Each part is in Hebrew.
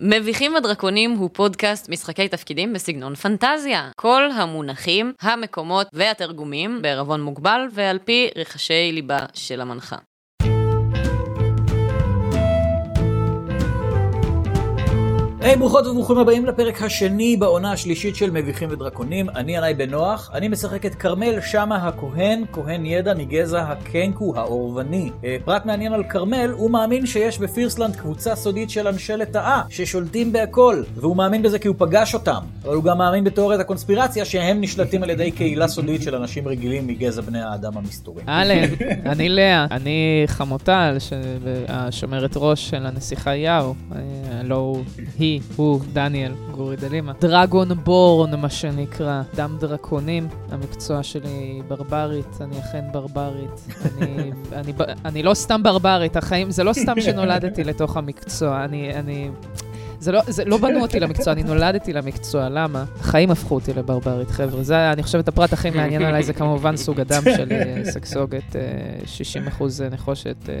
מביכים ודרקונים הוא פודקאסט משחקי תפקידים בסגנון פנטזיה. כל המונחים, המקומות והתרגומים בערבון מוגבל ועל פי רחשי ליבה של המנחה. היי, ברוכות וברוכים הבאים לפרק השני בעונה השלישית של מביכים ודרקונים. אני ענאי בן נוח, אני משחק את כרמל שמה הכהן, כהן ידע מגזע הקנקו האורבני. אה, פרט מעניין על כרמל, הוא מאמין שיש בפירסלנד קבוצה סודית של אנשי לטאה, ששולטים בהכל, והוא מאמין בזה כי הוא פגש אותם. אבל הוא גם מאמין בתיאוריית הקונספירציה שהם נשלטים על ידי קהילה סודית של אנשים רגילים מגזע בני האדם המסתורי. אהלן, אני לאה, אני חמוטל, ש- השומרת ראש של הנסיכה יאו, אה, הלו הוא, היא, הוא, דניאל, גורי דלימה. דרגון בורן, מה שנקרא, דם דרקונים, המקצוע שלי ברברית, אני אכן ברברית. אני, אני, ב- אני לא סתם ברברית, החיים, זה לא סתם שנולדתי לתוך המקצוע, אני... אני זה לא, זה לא בנו אותי למקצוע, אני נולדתי למקצוע, למה? החיים הפכו אותי לברברית, חבר'ה. זה, היה, אני חושבת, הפרט הכי מעניין עליי זה כמובן סוג הדם שלי, אה, סגסוגת, אה, 60% נחושת, אה,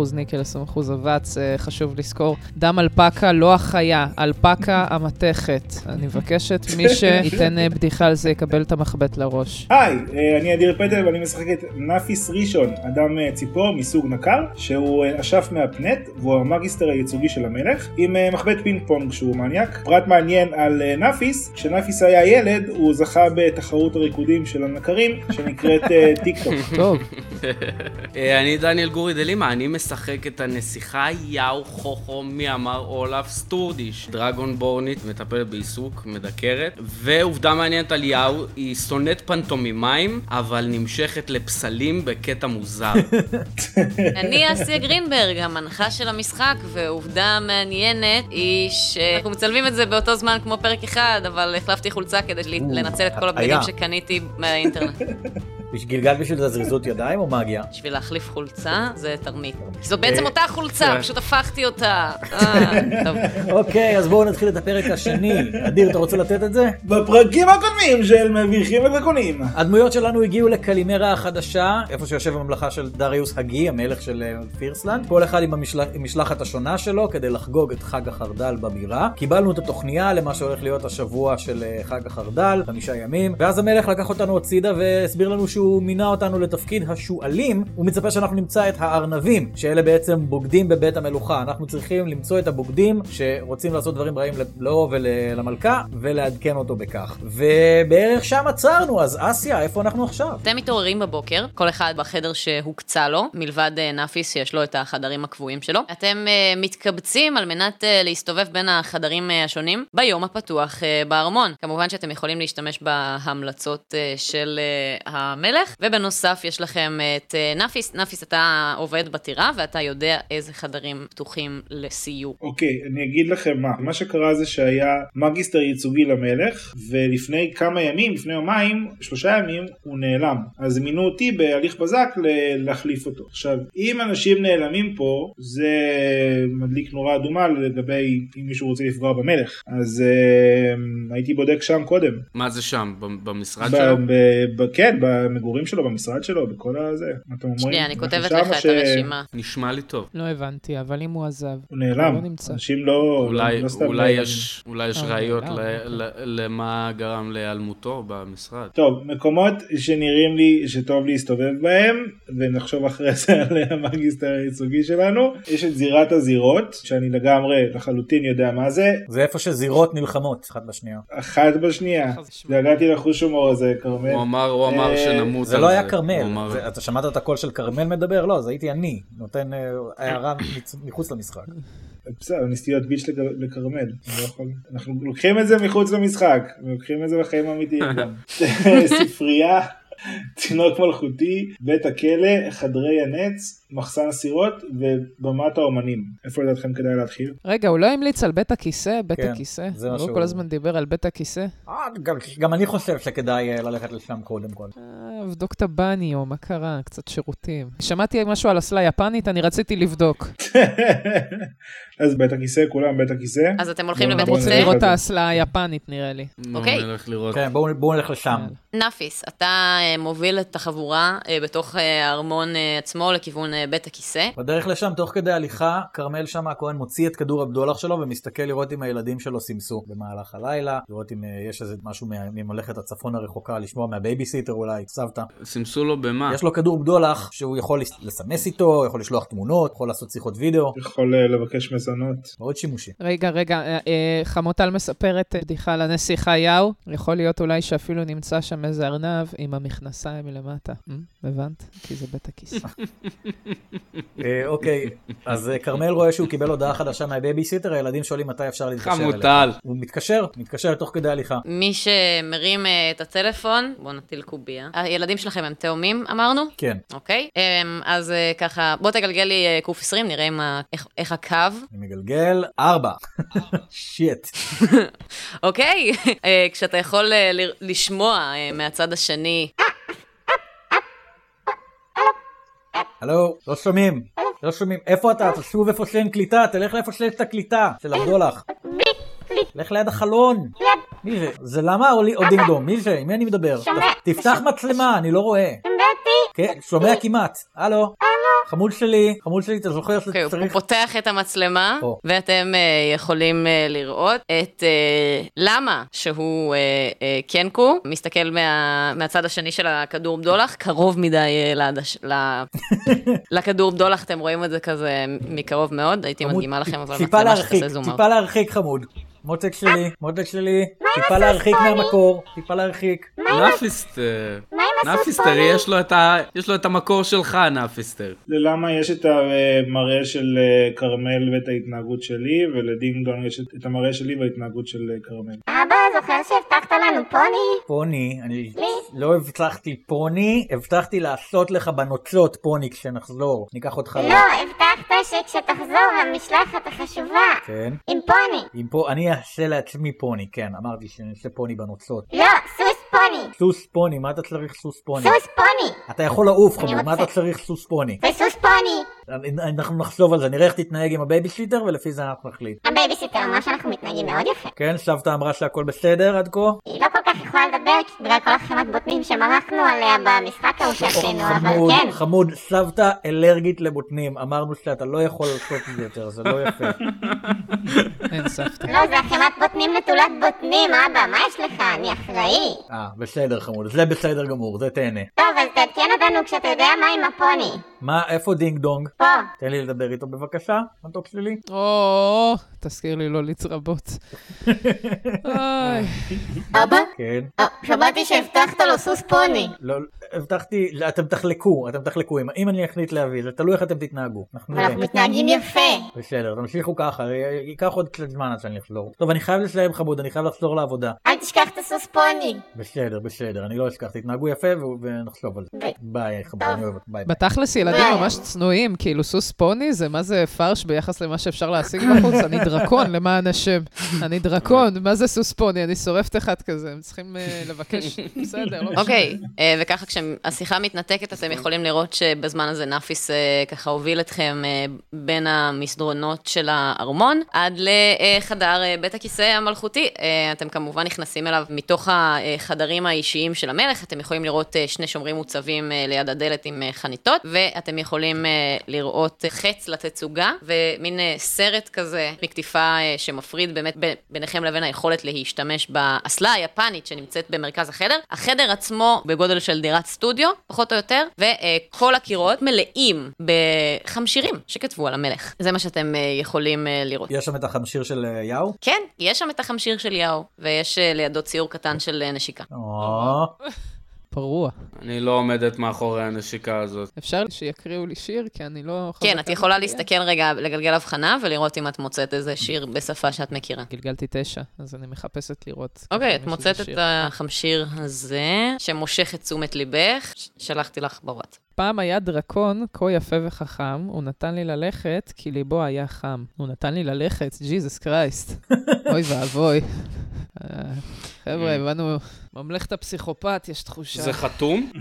20% ניקל, 20% אבץ, אה, חשוב לזכור. דם אלפקה, לא החיה, אלפקה המתכת. אני מבקשת, מי שייתן אה, בדיחה על זה יקבל את המחבט לראש. היי, אה, אני אדיר פטל ואני משחק את נפיס ראשון, אדם אה, ציפור מסוג נקר, שהוא אה, אשף מהפנט והוא המגיסטר הייצוגי של המלך, עם אה, מחבט פינג פונג שהוא מניאק. פרט מעניין על אה, נפיס, כשנפיס היה ילד הוא זכה בתחרות הריקודים של הנקרים שנקראת אה, טיק טוק. טוב, אה, אני דניאל גורי דלימה, אני משחק את הנסיכה יאו חוכו מיאמר אולף סטורדיש. דרגון בורנית, מטפלת בעיסוק, מדקרת. ועובדה מעניינת על יאו, היא שונאת פנטומימיים, אבל נמשכת לפסלים בקטע מוזר. אני אסיה גרינברג, המנחה של המשחק, ועובדה מעניינת היא שאנחנו מצלמים את זה באותו זמן כמו פרק אחד, אבל החלפתי חולצה כדי ל- לנצל את כל הבגדים היה. שקניתי מהאינטרנט. גלגל בשביל זה זריזות ידיים או מאגיה? בשביל להחליף חולצה זה תרמית. זאת בעצם אותה חולצה, פשוט הפכתי אותה. אה, טוב. אוקיי, אז בואו נתחיל את הפרק השני. אדיר, אתה רוצה לתת את זה? בפרקים הקודמים של מביכים ודרקונים. הדמויות שלנו הגיעו לקלימרה החדשה, איפה שיושב הממלכה של דריוס הגי, המלך של אה, פירסלנד, כל אחד עם המשל- עם המשלחת השונה שלו כדי לחגוג את חג החרדל בבירה. קיבלנו את התוכניה למה שהולך להיות השבוע של אה, חג החרדל, חמישה ימים, ואז המלך לקח אותנו הצידה והסביר לנו שהוא מינה אותנו לתפקיד השועלים, הוא מצפה שאנחנו נמצא את הארנבים, שאלה בעצם בוגדים בבית המלוכה. אנחנו צריכים למצוא את הבוגדים שרוצים לעשות דברים רעים לו ולמלכה, ולעדכן אותו בכך. ובערך שם עצרנו, אז אסיה, איפה אנחנו עכשיו? אתם מתעוררים בבוקר, כל אחד בחדר שהוקצה לו, מלבד אה, נאפיס שיש לו את החדרים הקבועים שלו. אתם אה, מתקבצים על מנת אה, להסתובב בין החדרים אה, השונים ביום הפתוח אה, בארמון. כמובן שאתם יכולים להשתמש בהמלצות אה, של אה, המלך, ובנוסף יש לכם את אה, נאפיס. נאפיס, אתה עובד בטירה ואתה יודע איזה חדרים פתוחים לסיור. אוקיי, אני אגיד לכם מה. מה שקרה זה שהיה מגיסטר ייצוגי למלך, ולפני כמה ימים, לפני יומיים, שלושה ימים, הוא נעלם. אז מינו אותי בהליך בזק ל- להחליף אותו. עכשיו, אם אנשים נעלמים פה, זה מדליק נורה אדומה לגבי אם מישהו רוצה לפגוע במלך. אז אה, הייתי בודק שם קודם. מה זה שם? ב- במשרד ב- שלו? ב- ב- כן, במגורים שלו, במשרד שלו, בכל הזה. מה אתם אומרים? שנייה, אני אנחנו כותבת שם לך או את ש- הרשימה. נשמע לי טוב. לא הבנתי, אבל אם הוא עזב, הוא נעלם. לא נמצא. אנשים לא... אולי, לא סתם אולי נעלמים. יש, אולי יש אה, ראיות אה, ל- אוקיי. ל- למה גרם להיעלמותו במשרד. טוב, מקומות שנראים לי שטוב להסתובב בהם, ונחשוב אחרי זה על המגיסטר הייצוגי שלנו. יש את זירת הזירות, שאני לגמרי, לחלוטין יודע מה זה, זה איפה שזירות נלחמות, אחת בשנייה. אחת בשנייה. דאגתי לחוש הומור הזה, כרמל. הוא אמר, הוא אמר אה, שנמות על זה לא היה הוא אמר- כרמל, זה- אתה שמעת את הקול של כרמל מדבר? לא, זה הייתי אני, נותן אה, הערה מצ- מחוץ למשחק. בסדר, ניסיתי להיות ביץ' לג- לכרמל. אני לא יכול- אנחנו לוקחים את זה מחוץ למשחק, לוקחים את זה לחיים האמיתיים גם. ספרייה, תינוק מלכותי, בית הכלא, חדרי הנץ, מחסן סירות ובמת האומנים. איפה לדעתכם כדאי להתחיל? רגע, הוא לא המליץ על בית הכיסא? בית כן, הכיסא? זה מה הוא שהוא- כל הזמן דיבר על בית הכיסא? אה, גם- גם אני חושב שכדאי אה, ללכת לשם קודם כל. אה, אבדוק את הבניו, מה קרה? קצת שירותים. שמעתי משהו על אסלה יפנית, אני רציתי לבדוק. אז בית הכיסא, כולם בית הכיסא. אז אתם הולכים בוא, לבית בוא רוצה הכיסא? נלך. לראות את האסלה היפנית, נראה לי. נו, אוקיי. נלך לראות. כן, בואו בואו נלך לשם. נפיס, אתה אה, מוביל את החבורה אה, בתוך אה, הארמון אה, עצמו לכיוון אה, אה, בית הכיסא. בדרך לשם, תוך כדי הליכה, כרמל שאמה הכהן מוציא את כדור הבדולח שלו ומסתכל לראות אם הילדים שלו סימסו במהלך הלילה, לראות אם אה, יש איזה משהו מה- מממלכת הצפון הרחוקה, לשמוע מהבייביסיטר אולי, סבתא. סימסו לו במה? יש לו כדור בדולח שהוא יכול לס- לסמס איתו, יכול לשלוח תמונות, יכול לעשות שיחות וידאו, יכול אה, לבקש מזונות. מאוד שימושי. רגע, רגע, אה, אה, חמוטל מספרת אה, בדיחה על הנשיא חייהו. יכול להיות אולי שאפילו נמצא שם איזה ארנב עם המכנסיים מלמטה. Hmm? הבנת? כי זה בית הכיסא. אה, אוקיי, אז אה, כרמל רואה שהוא קיבל הודעה חדשה מהבייביסיטר, הילדים שואלים מתי אפשר להתקשר אליה. חמוטל. הוא מתקשר, מתקשר תוך כדי הליכה. מי שמרים אה, את הטלפון, בואו נטיל קובייה. הילדים שלכם הם תאומים, אמרנו? כן, אוקיי, אמ, אז אה, ככה, בוא תגלגל לי אה, קוף 20, נראה אם ה- איך- איך הקו. אני מגלגל, ארבע. שיט. אוקיי, אה, כשאתה יכול אה, ל- לשמוע אה, מהצד השני, הלו, לא שומעים, לא שומעים. איפה אתה? אתה שוב איפה שאין קליטה, תלך לאיפה שיש את הקליטה של הבדולח. לך ליד החלון. מי זה? זה למה או לי- או דינג דום? מי זה? עם מי אני מדבר? ת- תפתח מצלמה, אני לא רואה. כן, שומע כמעט. הלו. חמוד שלי, חמוד שלי, אתה זוכר אוקיי, הוא שצריך... פותח את המצלמה, פה. ואתם אה, יכולים אה, לראות את אה, למה שהוא אה, אה, קנקו, מסתכל מה- מהצד השני של הכדור בדולח, קרוב מדי אה, לעדש- ל- לכדור בדולח, אתם רואים את זה כזה מקרוב מאוד, הייתי חמוד, מדגימה לכם, טיפ- אבל טיפה המצלמה להרחיק, שתעשה זום אאוט. טיפה להרחיק חמוד. מותק שלי, מותק שלי, טיפה להרחיק מהמקור, טיפה להרחיק. נפיסטר. נפיסטר, יש לו את ה- יש לו את המקור שלך, נפיסטר. ללמה יש את המראה של אה, כרמל ואת ההתנהגות שלי, ולדינג דונג יש את- את המראה שלי וההתנהגות של אה, כרמל. אבא, זוכר שהבטחת לנו פוני? פוני, אני לא הבטחתי פוני, הבטחתי לעשות לך בנוצות פוני כשנחזור. ניקח אותך ל... לא, הבטחת שכשתחזור המשלחת החשובה. כן. עם פוני. אם פה, אני אעשה לעצמי פוני, כן, אמרתי שאני אעשה פוני בנוצות. לא, סוס פוני. סוס פוני, מה אתה צריך סוס פוני? סוס פוני. אתה יכול לעוף חמוד, מה רוצה. אתה צריך סוס פוני? זה סוס פוני. אנחנו נחשוב על זה, נראה איך תתנהג עם הבייביסיטר ולפי זה אנחנו נחליט. הבייביסיטר אמר שאנחנו מתנהגים מאוד יפה. כן, סבתא אמרה שהכל בסדר עד כה? היא לא כל כך יכולה לדבר בגלל כל החמת בוטנים שמרחנו עליה במשחק ההוא שעשינו, אבל אוקיי, חמוד, כן. חמוד, סבתא אלרגית לבוטנים, אמרנו שאתה לא יכול לעשות את זה יותר, זה לא יפה. אין סבתא. לא, זה החמת בוטנים נטולת בוטנים, אבא, מה יש לך? אני אחראי. אה, בסדר חמוד, זה בסדר גמור, זה תהנה. טוב, אז תעדכן אותנו כשאתה יודע מה עם הפוני. מה, איפה דינג דונג? פה. תן לי לדבר איתו בבקשה, מתוק שלי. או, תזכיר לי לא לצרבות. אוי. אבא? אה, כן. שמעתי שהבטחת לו סוס פוני. לא, הבטחתי, לא, אתם תחלקו, אתם תחלקו, אם- אם אני אחליט להביא, זה תלוי איך אתם תתנהגו. אנחנו נראה. אנחנו מתנהגים יפה. בסדר, תמשיכו ככה, י- ייקח עוד קצת זמן עד שאני אחזור. טוב, אני חייב לסיים חמוד, אני חייב לחזור לעבודה. אל תשכח את הסוס פוני. בסדר, בסדר, אני לא אשכח, תתנהגו יפה ו- ונחשוב על זה. ביי. ביי, חמוד, אני אוהב אותך, ביי. ביי. בתכלס ילדים ממש צנועים, כאילו סוס פוני זה מה זה פרש ביחס למה שאפשר להשיג בחוץ? אני דרקון, למען השם. אני דרקון, מה זה סוס פוני? אני שורפת אחת כזה, הם צריכים אה, לבקש, בסדר, לא משנה. אוקיי, אה, וככה כשהשיחה מתנתקת, אתם יכולים לראות שבזמן הזה נאפיס אה, ככה הוביל אתכם אה, בין המסדרונות של הארמון עד לחדר אה, בית הכיסא המלכותי. אה, אתם כמובן נכנסים אליו מתוך החדרים האישיים של המלך, אתם יכולים לראות אה, שני שומרים מוצבים אה, ליד הדלת עם אה, חניתות, ואתם יכולים אה, לראות חץ לתצוגה, ומין אה, סרט כזה מקטיפה אה, שמפריד באמת ב- ביניכם לבין היכולת להשתמש באסלה היפנית שנמצאת במרכז החדר. החדר עצמו בגודל של דירת סטודיו, פחות או יותר, וכל הקירות מלאים בחמשירים שכתבו על המלך. זה מה שאתם אה, יכולים אה, לראות. יש שם את החמשיר של אה, יאו? כן, יש שם את החמשיר של יאו, ויש אה, לידו ציור קטן של אה, נשיקה. או, פרוע. אני לא עומדת מאחורי הנשיקה הזאת. אפשר שיקריאו לי שיר? כי אני לא... כן, חזקה את יכולה בקריאה. להסתכל רגע, לגלגל הבחנה ולראות אם את מוצאת איזה שיר בשפה שאת מכירה. גלגלתי תשע, אז אני מחפשת לראות. אוקיי, אם את יש מוצאת איזה את שיר. החמשיר הזה, שמושך את תשומת ליבך, ש- שלחתי לך בוואט. פעם היה דרקון, כה יפה וחכם, הוא נתן לי ללכת, כי ליבו היה חם. הוא נתן לי ללכת, ג'יזוס קרייסט. אוי ואבוי. אה, חבר'ה, כן. הבנו, ממלכת הפסיכופת, יש תחושה. זה חתום?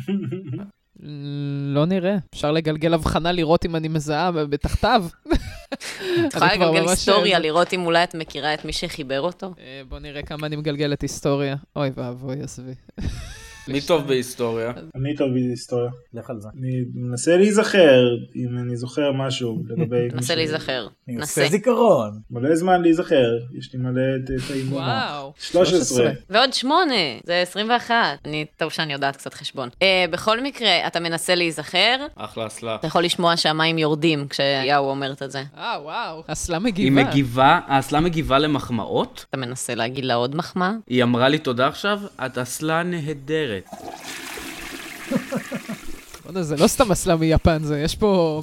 לא נראה. אפשר לגלגל הבחנה לראות אם אני מזהה ב- בתחתיו. את יכולה אני כבר לגלגל ממש- היסטוריה, לראות אם אולי את מכירה את מי שחיבר אותו? אה, בוא נראה כמה אני מגלגלת היסטוריה. אוי ואבוי, עזבי. מי טוב בהיסטוריה? אני טוב בהיסטוריה. לך על זה. אני מנסה להיזכר, אם אני זוכר משהו לגבי... נסה להיזכר. אני נסה. עושה זיכרון. מלא זמן להיזכר, יש לי מלא את האימון. וואו. 13. ועוד שמונה, זה 21. אני, טוב שאני יודעת קצת חשבון. אה, בכל מקרה, אתה מנסה להיזכר, אחלה אסלה. אתה יכול לשמוע שהמים יורדים כשיהו אומרת את זה. אה, וואו. אסלה היא מגיבה. מגיבה, האסלה מגיבה למחמאות? אתה מנסה להגיד לה עוד מחמאה? היא אמרה לי תודה עכשיו? את אסלה נהדרת. בוא'נה, זה לא סתם אסלה מיפן, זה יש פה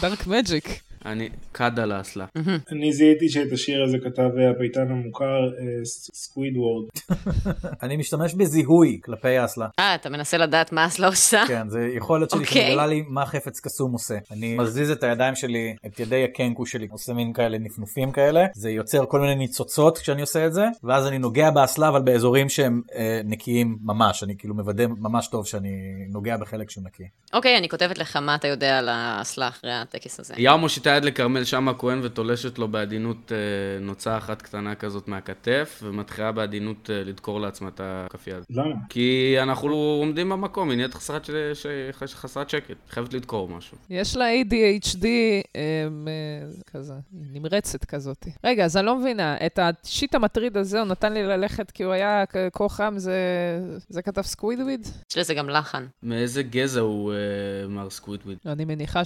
דארק מג'יק. אני קדה לאסלה. אני זיהיתי שאת השיר הזה כתב אה, הפייטן המוכר אה, ס- סקוויד וורד. אני משתמש בזיהוי כלפי אסלה. אה, אתה מנסה לדעת מה אסלה עושה? כן, זה יכולת שלי אוקיי. שמגלה לי מה חפץ קסום עושה. אני מזיז את הידיים שלי, את ידי הקנקו שלי, עושה מין כאלה נפנופים כאלה, זה יוצר כל מיני ניצוצות כשאני עושה את זה, ואז אני נוגע באסלה, אבל באזורים שהם אה, נקיים ממש, אני כאילו מוודא ממש טוב שאני נוגע בחלק שהוא נקי. כן. אוקיי, אני כותבת לך מה אתה יודע על האסלה אחרי הטקס הזה. יאו מושיטה יד לכרמל שאמה הכהן ותולשת לו בעדינות אה, נוצה אחת קטנה כזאת מהכתף, ומתחילה בעדינות אה, לדקור לעצמה את הכף יד. למה? כי אנחנו עומדים במקום, היא נהיית חסרת, של- ש- חסרת שקט, חייבת לדקור משהו. יש לה ADHD אמ, אה, כזה, היא נמרצת כזאת. רגע, אז אני לא מבינה, את השיט המטריד הזה הוא נתן לי ללכת כי הוא היה כ- כה חם, זה, זה כתב סקווידוויד? יש לזה גם לחן. מאיזה גזע הוא אה, מר סקווידוויד? לא, אני מניחה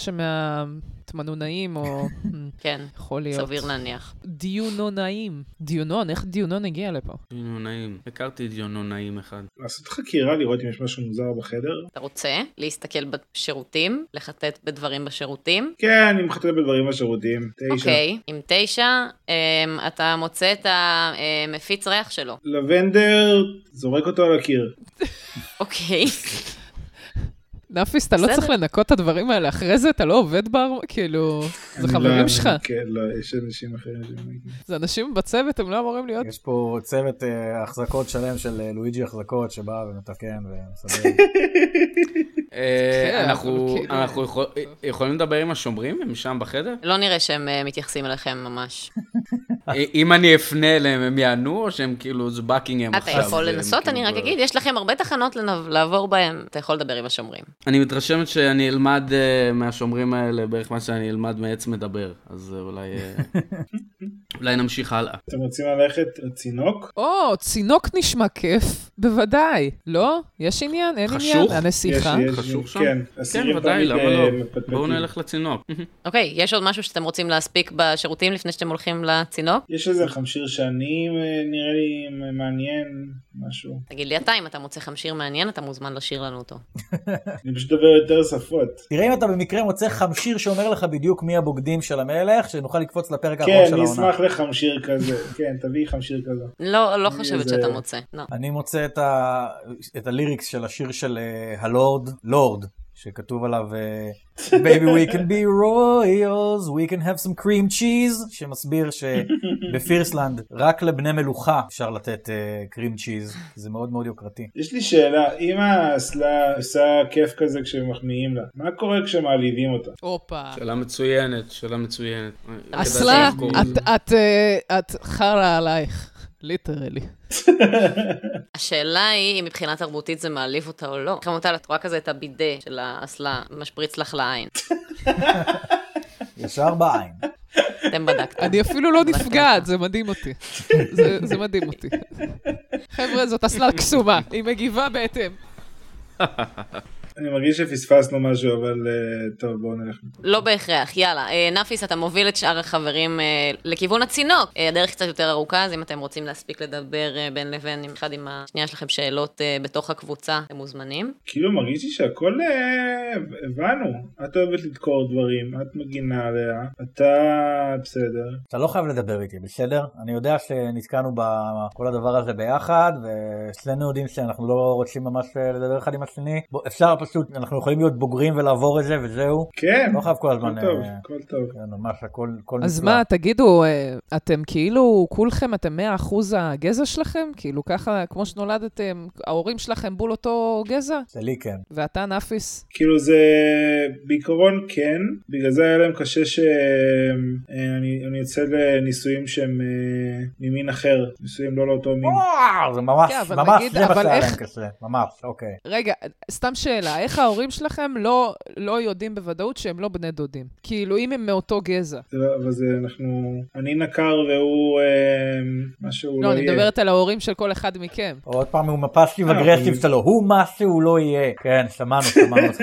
שמהתמנונאים או... אמ, כן, יכול להיות. סביר להניח. דיונונאים. דיונון, איך דיונון הגיע לפה? ג'ונונאים. הכרתי ג'ונונאים אחד. לעשות חקירה, לראות אם יש משהו מוזר בחדר? אתה רוצה להסתכל בשירותים, לחטט בדברים בשירותים. כן, אני מחטא בדברים בשירותים. תשע. אוקיי, עם תשע, אמ, אתה מוצא את המפיץ ריח שלו. לבנדר זורק אותו על הקיר. אוקיי. נפיס, אתה לא בסדר. צריך לנקות את הדברים האלה, אחרי זה אתה לא עובד בר... כאילו, זה אני חברים לא- שלך, כן, לא, יש אנשים אחרים לא שמגיעים. זה אנשים בצוות, הם לא אמורים אוקיי. להיות... יש פה צוות אה, החזקות שלם של אה, לואיג'י החזקות שבא ומתקן ומסדר. אה, כן, אנחנו אבל כאילו- אנחנו יכול- אה, יכולים לדבר עם השומרים? הם שם בחדר? לא נראה שהם אה, מתייחסים אליכם ממש. אה, אם אני אפנה אליהם, הם יענו, או שהם כאילו, זה בקינגהם אתה עכשיו? יכול והם לנסות, כאילו אני רק כבר- אגיד, יש לכם הרבה תחנות לנב- לעבור בהן, אתה יכול לדבר עם השומרים. אני מתרשמת שאני אלמד אה, מהשומרים האלה בערך מה שאני אלמד מעץ מדבר, אז אה, אולי... אה, אולי נמשיך הלאה. אתם רוצים ללכת לצינוק? או, צינוק נשמע כיף, בוודאי. לא? יש עניין? אין עניין? חשוך? הנסיכה? יש, יש. חשוב שם? כן, כן, אסירים ודאי, תמיד, למה אה, לא? מפטפטים. בואו נלך לצינוק. אוקיי, יש עוד משהו שאתם רוצים להספיק בשירותים לפני שאתם הולכים לצינוק? יש איזה חמשיר שאני אה, נראה לי אה, מעניין, משהו. תגיד לי אתה, אם אתה מוצא חמשיר מעניין, אתה מוזמן לשיר לנו אותו. אני פשוט דובר יותר שפות. תראה אם אתה במקרה מוצא חמשיר שאומר לך בדיוק מי הבוגדים של המלך, שנוכל לקפוץ לפרק האחרון כן, של אני העונה. אשמח לחמשיר כזה. כן, תביאי חמשיר כזה. לא, לא מי חושבת זה? שאתה מוצא. לא. אני מוצא את, ה... את הליריקס של השיר של אה, הלורד, לורד, שכתוב עליו אה, Baby we can be royals, we can have some cream cheese, שמסביר שבפירסלנד רק לבני מלוכה אפשר לתת אה, cream cheese, זה מאוד מאוד יוקרתי. יש לי שאלה, אם האסלה עושה כיף כזה כשמחמיאים לה, מה קורה כשמעליבים אותה? הופה. שאלה מצוינת, שאלה מצוינת. כדאי אסלה, שתזכור. את- את, אה, את חרא עלייך. ליטרלי. השאלה היא אם מבחינה תרבותית זה מעליב אותה או לא. חמוטל, את רואה כזה את הבידה של האסלה משפריץ לך לעין. ישר בעין. אתם בדקתם. אני אפילו לא נפגעת, זה מדהים אותי. זה- זה מדהים אותי. חבר'ה, זאת אסלה קסומה, היא מגיבה בהתאם. אני מרגיש שפספסנו משהו, אבל אה, טוב, בואו נלך. לא בהכרח, יאללה. אה, נפיס, אתה מוביל את שאר החברים אה, לכיוון הצינוק. אה, הדרך קצת יותר ארוכה, אז אם אתם רוצים להספיק לדבר אה, בין לבין, עם אחד עם השנייה שלכם שאלות אה, בתוך הקבוצה, אתם מוזמנים. כאילו מרגיש לי שהכל אה, הבנו. את אוהבת לדקור דברים, את מגינה עליה, אתה בסדר. אתה לא חייב לדבר איתי, בסדר? אני יודע שנתקענו בכל הדבר הזה ביחד, ושנינו יודעים שאנחנו לא רוצים ממש אה, לדבר אחד עם השני. בוא, אפשר פשוט, אנחנו יכולים להיות בוגרים ולעבור את זה וזהו. כן, לא חייב כל הזמן... הכל טוב, אה, הכל טוב. כן, ממש הכל הכל נפלא. אז מה, תגידו, אה, אתם כאילו, כולכם, אתם 100% הגזע שלכם? כאילו ככה, כמו שנולדתם, ההורים שלכם בול אותו גזע? שלי כן. ואתה, נאפיס? כאילו זה בעיקרון כן, בגלל זה היה להם קשה שאני יוצא לניסויים שהם אה, ממין אחר, ניסויים לא לאותו מין. וואו, זה ממש, כן, אבל ממש, נגיד, זה מה אבל שהיה איך- להם קשה, ממש, אוקיי. רגע, סתם שאלה, איך ההורים שלכם לא, לא יודעים בוודאות שהם לא בני דודים? כאילו, אם הם מאותו גזע. זה לא- אבל זה אנחנו, אני נקר והוא אה, מה שהוא לא, לא אני יהיה. מדברת על ההורים של כל אחד מכם. עוד פעם הוא מפסיב אה, אגרסיב שלו, הוא משהו לא יהיה. כן, שמענו, שמענו אותך.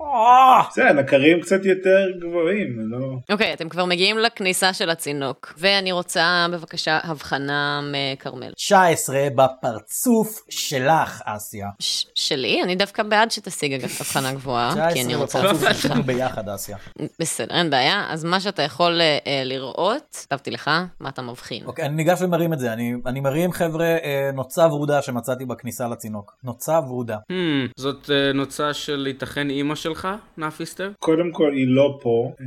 אה, זה, נקרים קצת יותר גבוהים, לא... אוקיי, אתם כבר מגיעים לכניסה של הצינוק, ואני רוצה בבקשה הבחנה מכרמל. 19 בפרצוף שלך, אסיה. אה, ש- שלי? אני דווקא בעד שתשיג אגב הבחנה גבוהה, כי אני 19 רוצה... בפרצוף שלך ביחד, אסיה. בסדר, אין בעיה. אז מה שאתה יכול אה, אה, לראות, כתבתי לך, מה אתה מבחין. אוקיי, אני ניגש ומרים את זה. אני אני מרים, חבר'ה, אה, נוצה ורודה שמצאתי בכניסה לצינוק. נוצה ורודה. Hmm, זאת אה, נוצה של ייתכן אימא שלך, נאפיסטר? קודם כל היא לא פה, אה,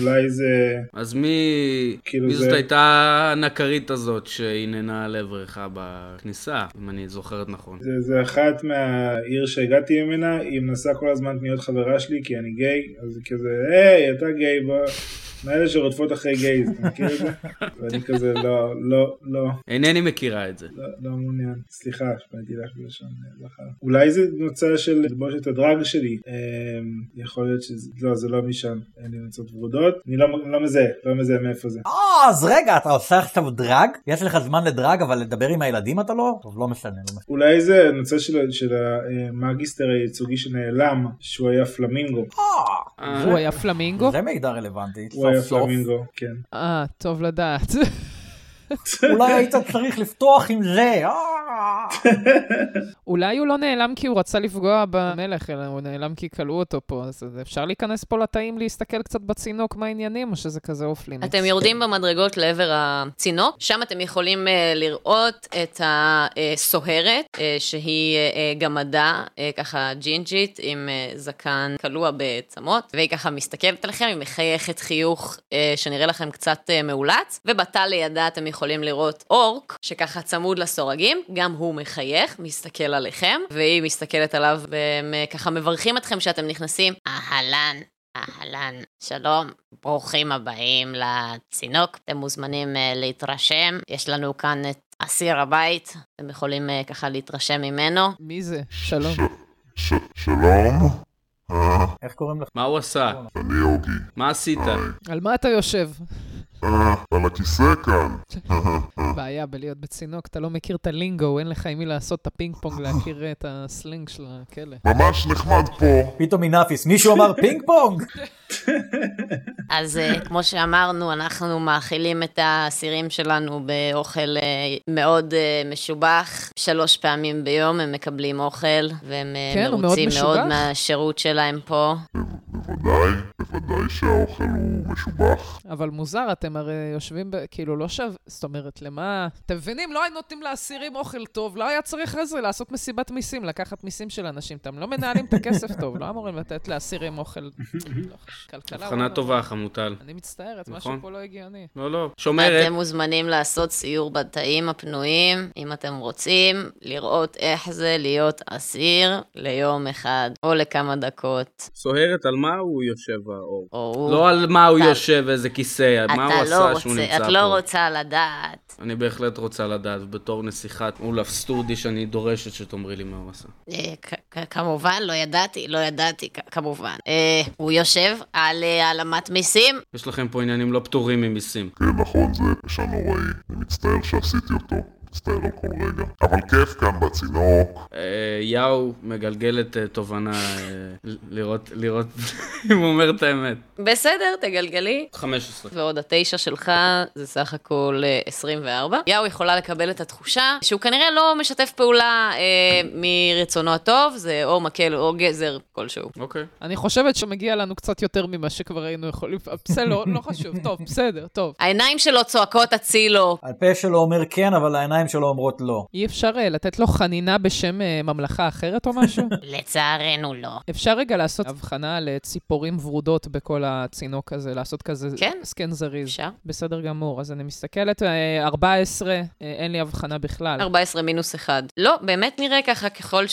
אולי זה... אז מי... כאילו מי זה- זאת הייתה הנקרית הזאת שהננה על עברך בכניסה, אם אני זוכרת נכון. זה, זה אחת מהעיר שהגעתי ממנה, היא מנסה כל הזמן להיות חברה שלי כי אני גיי, אז היא כזה, היי, אתה גיי, בוא, מאלה שרודפות אחרי גייז, אתה מכיר את זה? ואני כזה, לא, לא, לא, אינני מכירה את זה. לא, לא מעוניין, סליחה, פניתי לך בלשון אה, זכר. אולי זה נוצר של תלבושת הדרג שלי, אה, יכול להיות שזה, לא, זה לא משם, אין לי נוצות ורודות, אני לא, לא מזהה, לא מזהה מאיפה זה. אה, אז רגע, אתה עושה עכשיו דרג? יש לך זמן לדרג, אבל לדבר עם הילדים אתה לא? טוב, לא משנה, לא משנה. אולי זה הנושא של, של המאגיסטר הייצוגי שנעלם, שהוא היה פלמינגו. אה, הוא היה פלמינגו? זה מידע רלוונטי. הוא היה סוף סוף. פלמינגו, כן. אה, טוב לדעת. אולי היית צריך לפתוח עם זה. אה. אולי הוא לא נעלם כי הוא רצה לפגוע במלך, אלא הוא נעלם כי כלאו אותו פה, אז אפשר להיכנס פה לתאים, להסתכל קצת בצינוק מה העניינים, או שזה כזה אוף לימיץ? אתם יורדים במדרגות לעבר הצינוק, שם אתם יכולים אה, לראות את הסוהרת, אה, שהיא אה, גמדה, אה, ככה ג'ינג'ית, עם אה, זקן קלוע בצמות, והיא ככה מסתכלת עליכם, היא מחייכת חיוך אה, שנראה לכם קצת אה, מאולץ, ובתא לידה אתם יכולים לראות אורק, שככה צמוד לסורגים, גם הוא מחייך, מסתכל עליכם, והיא מסתכלת עליו, והם אה, ככה מברכים אתכם שאתם נכנסים. אהלן. אהלן, שלום, ברוכים הבאים לצינוק. אתם מוזמנים אה, להתרשם. יש לנו כאן את אסיר הבית, אתם יכולים אה, ככה להתרשם ממנו. מי זה? שלום. איך קוראים לך? מה הוא עשה? אה, אני אוגי. מה עשית? על מה אתה יושב? אה, על הכיסא כאן. אה, בעיה בלהיות בצינוק, אתה לא מכיר את הלינגו, אין לך עם מי לעשות את הפינג פונג, להכיר אה, את הסלינג של הכלא. ממש נחמד פה. פתאום מנאפיס, מישהו אמר פינג פונג? אז אה, כמו שאמרנו, אנחנו מאכילים את האסירים שלנו באוכל אה, מאוד אה, משובח. שלוש פעמים ביום הם מקבלים אוכל, והם אה, כן, הוא מאוד מרוצים מאוד משובח. מהשירות שלהם פה. בוודאי, בוודאי שהאוכל הוא משובח. אבל מוזר, אתם הרי יושבים, ב... כאילו, לא שווה, זאת אומרת, למה... אתם מבינים? לא היינו נותנים לאסירים אוכל טוב, לא היה צריך איזה לעשות מסיבת מיסים, לקחת מיסים של אנשים. אתם לא מנהלים את הכסף טוב, לא אמורים לתת לאסירים אוכל... לא, כלכלה, הבחנה וואלה. טובה, חמוטל. אני מצטערת, משהו נכון. פה לא הגיוני. לא, לא. שומרת. אתם מוזמנים לעשות סיור בתאים הפנויים, אם אתם רוצים, לראות איך זה להיות אסיר ליום אחד, או לכמה דקות, סוהרת, על מה הוא יושב האור? או הוא... לא על מה הוא אתה- יושב, איזה כיסא, מה הוא אתה לא עשה שהוא רוצה, נמצא פה. את לא רוצה לדעת. אני בהחלט רוצה לדעת, בתור נסיכת אולף סטודיש, אני דורשת שתאמרי לי מה הוא עשה. אה, כ- כ- כמובן, לא ידעתי, לא ידעתי, כ- כמובן. אה, הוא יושב על אה, העלמת מיסים, יש לכם פה עניינים לא פטורים ממיסים. כן, נכון, זה פשע נוראי. אני מצטער שעשיתי אותו. מצטער על כל רגע. אבל כיף כאן בצינוק. אה, יאו מגלגל את אה, תובנה אה, ל- לראות, לראות אם הוא אומר את האמת. בסדר, תגלגלי. 15. ועוד התשע שלך זה סך הכל אה, 24. יאו יכולה לקבל את התחושה שהוא כנראה לא משתף פעולה אה, מרצונו הטוב, זה או מקל או גזר כלשהו. אוקיי. אני חושבת שמגיע לנו קצת יותר ממה שכבר היינו יכולים... אה, בסדר, לא- לא חשוב, טוב, בסדר, טוב. העיניים שלו צועקות הצילו. הפה שלו אומר כן, אבל העיניים העיניים שלו אומרות לא. אי אפשר אה, לתת לו חנינה בשם אה, ממלכה אחרת או משהו? לצערנו לא. אפשר רגע לעשות הבחנה לציפורים ורודות בכל הצינוק הזה, לעשות כזה כן. סקן זריז. אפשר. בסדר גמור, אז אני מסתכלת, אה, 14, אה, אין לי הבחנה בכלל. 14 מינוס 1. לא, באמת נראה ככה ככל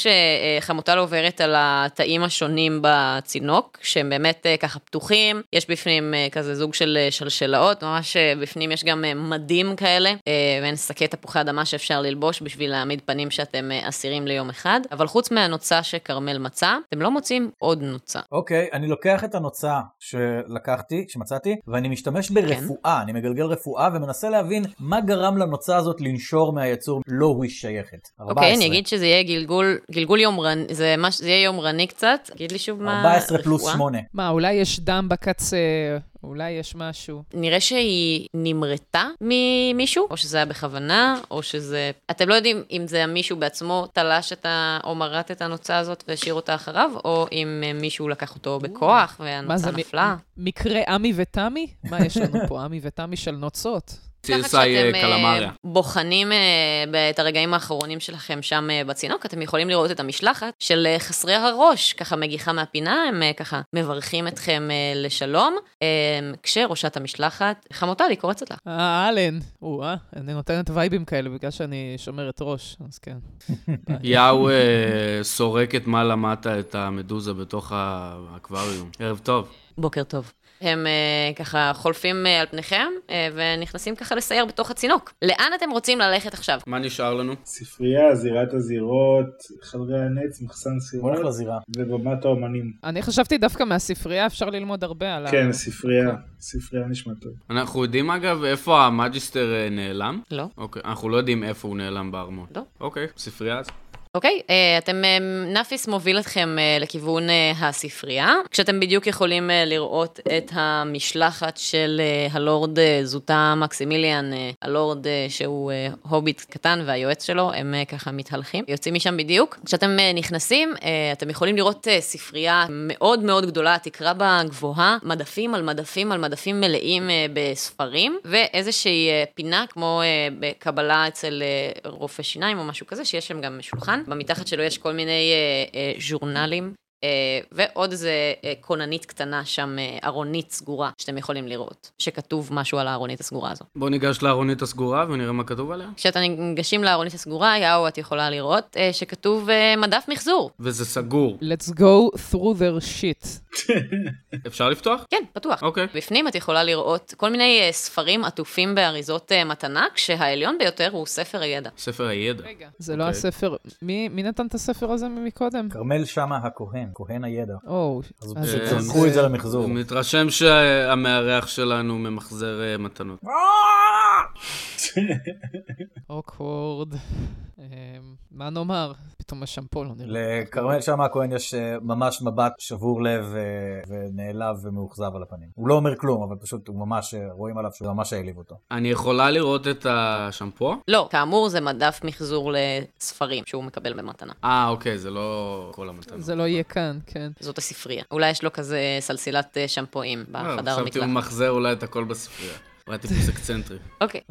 שחמוטל עוברת על התאים השונים בצינוק, שהם באמת אה, ככה פתוחים, יש בפנים אה, כזה זוג של אה, שלשלאות, ממש אה, בפנים יש גם אה, מדים כאלה, אה, ואין שקי תפוחי אדמה שאפשר ללבוש בשביל להעמיד פנים שאתם אה, אסירים ליום אחד, אבל חוץ מהנוצה שכרמל מצא, אתם לא מוצאים עוד נוצה. אוקיי, אני לוקח את הנוצה שלקחתי, שמצאתי, ואני כן. משתמש ברפואה, אני מגלגל רפואה ומנסה להבין מה גרם לנוצה הזאת לנשור מהיצור, לא הוא היא שייכת. אוקיי, 14. אני אגיד שזה יהיה גלגול, גלגול יומרני, זה, מה, ש- זה יהיה יומרני קצת, תגיד לי שוב מה... 14 פלוס רפואה? 8. מה, אולי יש דם בקצה, אולי יש משהו. נראה שהיא נמרטה ממישהו, או שזה היה בכוונה, או שזה... אתם לא יודעים אם זה מישהו בעצמו תלש את ה... או מרט את הנוצה הזאת והשאיר אותה אחריו, או אם אה, מישהו לקח אותו בכוח מה זה, והנוצה מ- נפלה. מקרה עמי ותמי? מה יש לנו פה, עמי ותמי של נוצות? ככה סירסאי כשאתם אה, אה, קלמריה. בוחנים אה, ב- את הרגעים האחרונים שלכם שם אה, בצינוק, אתם יכולים לראות את המשלחת של אה, חסרי הראש, ככה מגיחה מהפינה, הם אה, ככה מברכים אתכם אה, לשלום, אה, כשראשת המשלחת, חמוטל, היא קורצת לך. אה, אלן. או, אה, אני נותנת וייבים כאלה בגלל שאני שומרת ראש, אז כן. יאו אה, סורקת מעלה מטה את המדוזה בתוך האקווריום. ערב טוב. בוקר טוב. הם אה, ככה חולפים אה, על פניכם אה, ונכנסים ככה לסייר בתוך הצינוק. לאן אתם רוצים ללכת עכשיו? מה נשאר לנו? ספרייה, זירת הזירות, חדרי הנץ, מחסן בוא נלך סירות לזירה. ובמת האומנים. אני חשבתי דווקא מהספרייה אפשר ללמוד הרבה על ה... כן, ספרייה, ספרייה נשמע טוב. אנחנו יודעים אגב איפה המג'יסטר אה, נעלם? לא. אוקיי, אנחנו לא יודעים איפה הוא נעלם בארמון. לא. אוקיי, ספרייה אז. אוקיי, אה, אתם, אה, נאפיס מוביל אתכם אה, לכיוון אה, הספרייה, כשאתם בדיוק יכולים אה, לראות את המשלחת של אה, הלורד אה, זוטה מקסימיליאן, אה, הלורד אה, שהוא אה, הוביט קטן והיועץ שלו, הם אה, ככה מתהלכים, יוצאים משם בדיוק. כשאתם אה, נכנסים, אה, אתם יכולים לראות אה, ספרייה מאוד מאוד גדולה, התקרה בה גבוהה, מדפים על מדפים על מדפים מלאים אה, בספרים, ואיזושהי אה, פינה כמו אה, בקבלה אצל אה, רופא שיניים או משהו כזה, שיש שם גם שולחן. במתחת שלו יש כל מיני אה, אה, ז'ורנלים. אה, ועוד איזה אה, כוננית קטנה שם, אה, ארונית סגורה, שאתם יכולים לראות, שכתוב משהו על הארונית הסגורה הזו. בואו ניגש לארונית הסגורה ונראה מה כתוב עליה. כשאתם ניגשים לארונית הסגורה, יאו, את יכולה לראות אה, שכתוב אה, מדף מחזור. וזה סגור. Let's go through their shit. אפשר לפתוח? כן, פתוח. אוקיי. בפנים את יכולה לראות כל מיני אה, ספרים עטופים באריזות אה, מתנה, כשהעליון ביותר הוא ספר הידע. ספר הידע. זה לא אוקיי. הספר... מי מי נתן את הספר הזה מקודם? כרמל שאמה הכהן, כהן הידע. או, כן. אז אז אה, זה- צרכו את זה למחזור. הוא מתרשם שהמארח שלנו ממחזר אה, מתנות. אוקוורד. אמ, מה נאמר? פתאום השמפו לא נראה. לכרמל שאמה הכהן יש אה, ממש מבט שבור לב אה, ונעלב ומאוכזב על הפנים. הוא לא אומר כלום, אבל פשוט הוא ממש, אה, רואים עליו שהוא ממש העליב אותו. אני יכולה לראות את השמפו? לא, כאמור זה מדף מחזור לספרים שהוא מקבל במתנה. אה, אוקיי, זה לא כל המתנות. זה לא יהיה כאן, כן. זאת הספרייה. אולי יש לו כזה סלסילת אה, שמפואים אה, בחדר חשבתי הוא המקלחת. מחזר אולי את הכל בספרייה. הוא היה טיפוס אקצנטרי. אוקיי.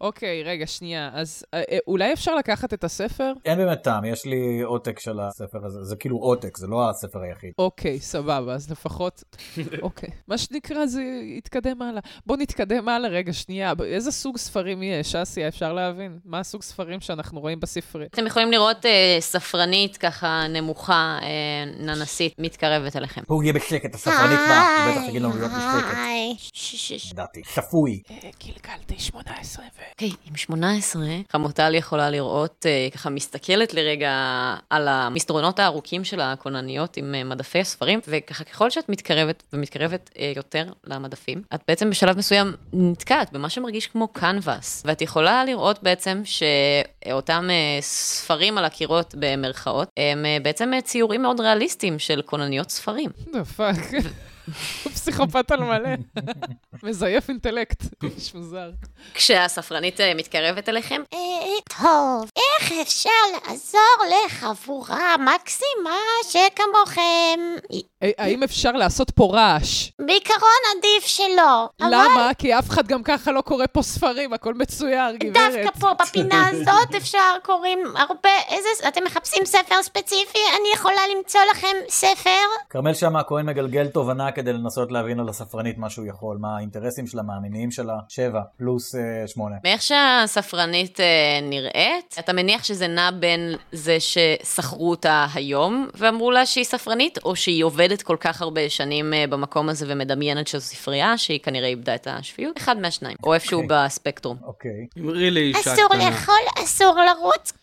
אוקיי, רגע, שנייה. אז אה, אה, אולי אפשר לקחת את הספר? אין באמת טעם, יש לי עותק של הספר הזה, זה כאילו עותק, זה לא הספר היחיד. אוקיי, סבבה, אז לפחות... אוקיי. מה שנקרא, זה יתקדם הלאה. בוא נתקדם הלאה רגע, שנייה. ב- איזה סוג ספרים יש, אסיה? אפשר להבין? מה הסוג ספרים שאנחנו רואים בספרי? אתם יכולים לראות אה, ספרנית ככה נמוכה, אה, ננסית, מתקרבת אליכם. הוא יהיה בשקט, הספרנית מה? הוא בטח יגיד לנו להיות בשקט, לדעתי. שפוי. גילגלתי 18 ו... אוקיי, עם 18, חמוטל יכולה לראות, אה, ככה מסתכלת לרגע על המסדרונות הארוכים של הכונניות עם אה, מדפי הספרים, וככה ככל שאת מתקרבת ומתקרבת אה, יותר למדפים, את בעצם בשלב מסוים נתקעת במה שמרגיש כמו קנבס, ואת יכולה לראות בעצם שאותם אה, ספרים על הקירות במרכאות, הם אה, בעצם אה, ציורים מאוד ריאליסטיים של כונניות ספרים. דה פאק. הוא פסיכופת על מלא. מזייף אינטלקט. איש מוזר. כשהספרנית אה, מתקרבת אליכם, אה, טוב, איך איך אפשר לעזור לחבורה מקסימה שכמוכם? אה, האם אפשר לעשות פה רעש? בעיקרון עדיף לא שלא. אבל למה? כי אף אחד גם ככה לא קורא פה ספרים, הכל מצויר, גברת. דווקא פה, בפינה הזאת, אפשר קוראים הרבה... איזה... אתם מחפשים ספר ספציפי? אני יכולה למצוא לכם ספר? כרמל שאמה הכהן מגלגל תובנה כדי לנסות להבין על הספרנית מה שהוא יכול, מה האינטרסים שלה, מה המניעים שלה, שבע, פלוס אה, שמונה. מאיך שהספרנית אה, נראית, אתה מניח שזה נע בין זה ששכרו אותה היום ואמרו לה שהיא ספרנית, או שהיא עובדת כל כך הרבה שנים אה, במקום הזה ומדמיינת שזו ספרייה, שהיא כנראה איבדה את השפיות, אחד מהשניים, או איפשהו אוקיי. בספקטרום. אוקיי. אמרי לי אישה אסור קטנה. לאכול, אסור לרוץ כאן.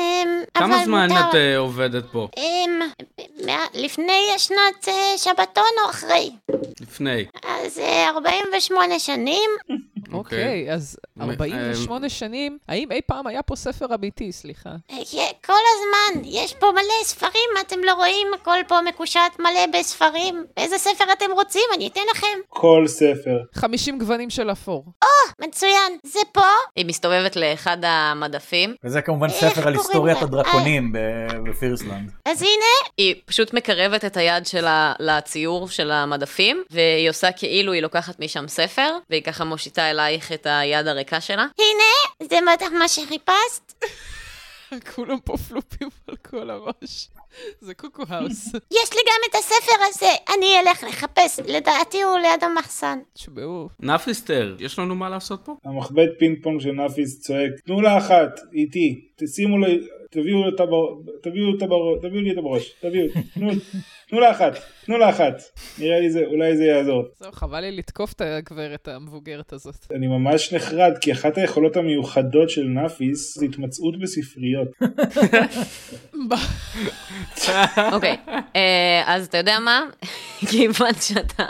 אמ, כמה אבל זמן מותר. את אה, עובדת פה? אמ, מה- לפני שנת אה, שבתון או אחרי? לפני. אז אה, 48 שנים. אוקיי, אז מ- 48 שנים, האם אי פעם היה פה ספר אמיתי, סליחה? אה, כן, כל הזמן, יש פה מלא ספרים, אתם לא רואים? הכל פה מקושט מלא בספרים. איזה ספר אתם רוצים? אני אתן לכם. כל ספר. 50 גוונים של אפור. מצוין. זה פה? היא מסתובבת לאחד המדפים, וזה כמובן איך ספר על קוראים היסטוריית לה? הדרקונים ב- בפירסלנד. אז הנה, היא פשוט מקרבת את היד שלה לציור של המדפים, והיא עושה כאילו היא לוקחת משם ספר, והיא ככה מושיטה אלייך את היד הריקה שלה. הנה, זה מה- מה שחיפשת? כולם פה פלופים על כל הראש. זה קוקו האוס. יש לי גם את הספר הזה. אני אלך לחפש, לדעתי הוא ליד המחסן. תשמעו, נפיסטר, יש לנו מה לעשות פה? המכבד פינג פונג של נאפיס צועק, תנו לה אחת, איתי, תשימו לה, תביאו אותה בר- תביאו אותה בראש, תביאו לי אותה בראש, תביאו, תנו, תנו לה אחת, תנו לה אחת, נראה לי זה, אולי זה יעזור. זהו, חבל לי לתקוף את הגברת המבוגרת הזאת. אני ממש נחרד, כי אחת היכולות המיוחדות של נאפיס זה התמצאות בספריות. אוקיי, אה, אז אתה יודע מה? כיוון שאתה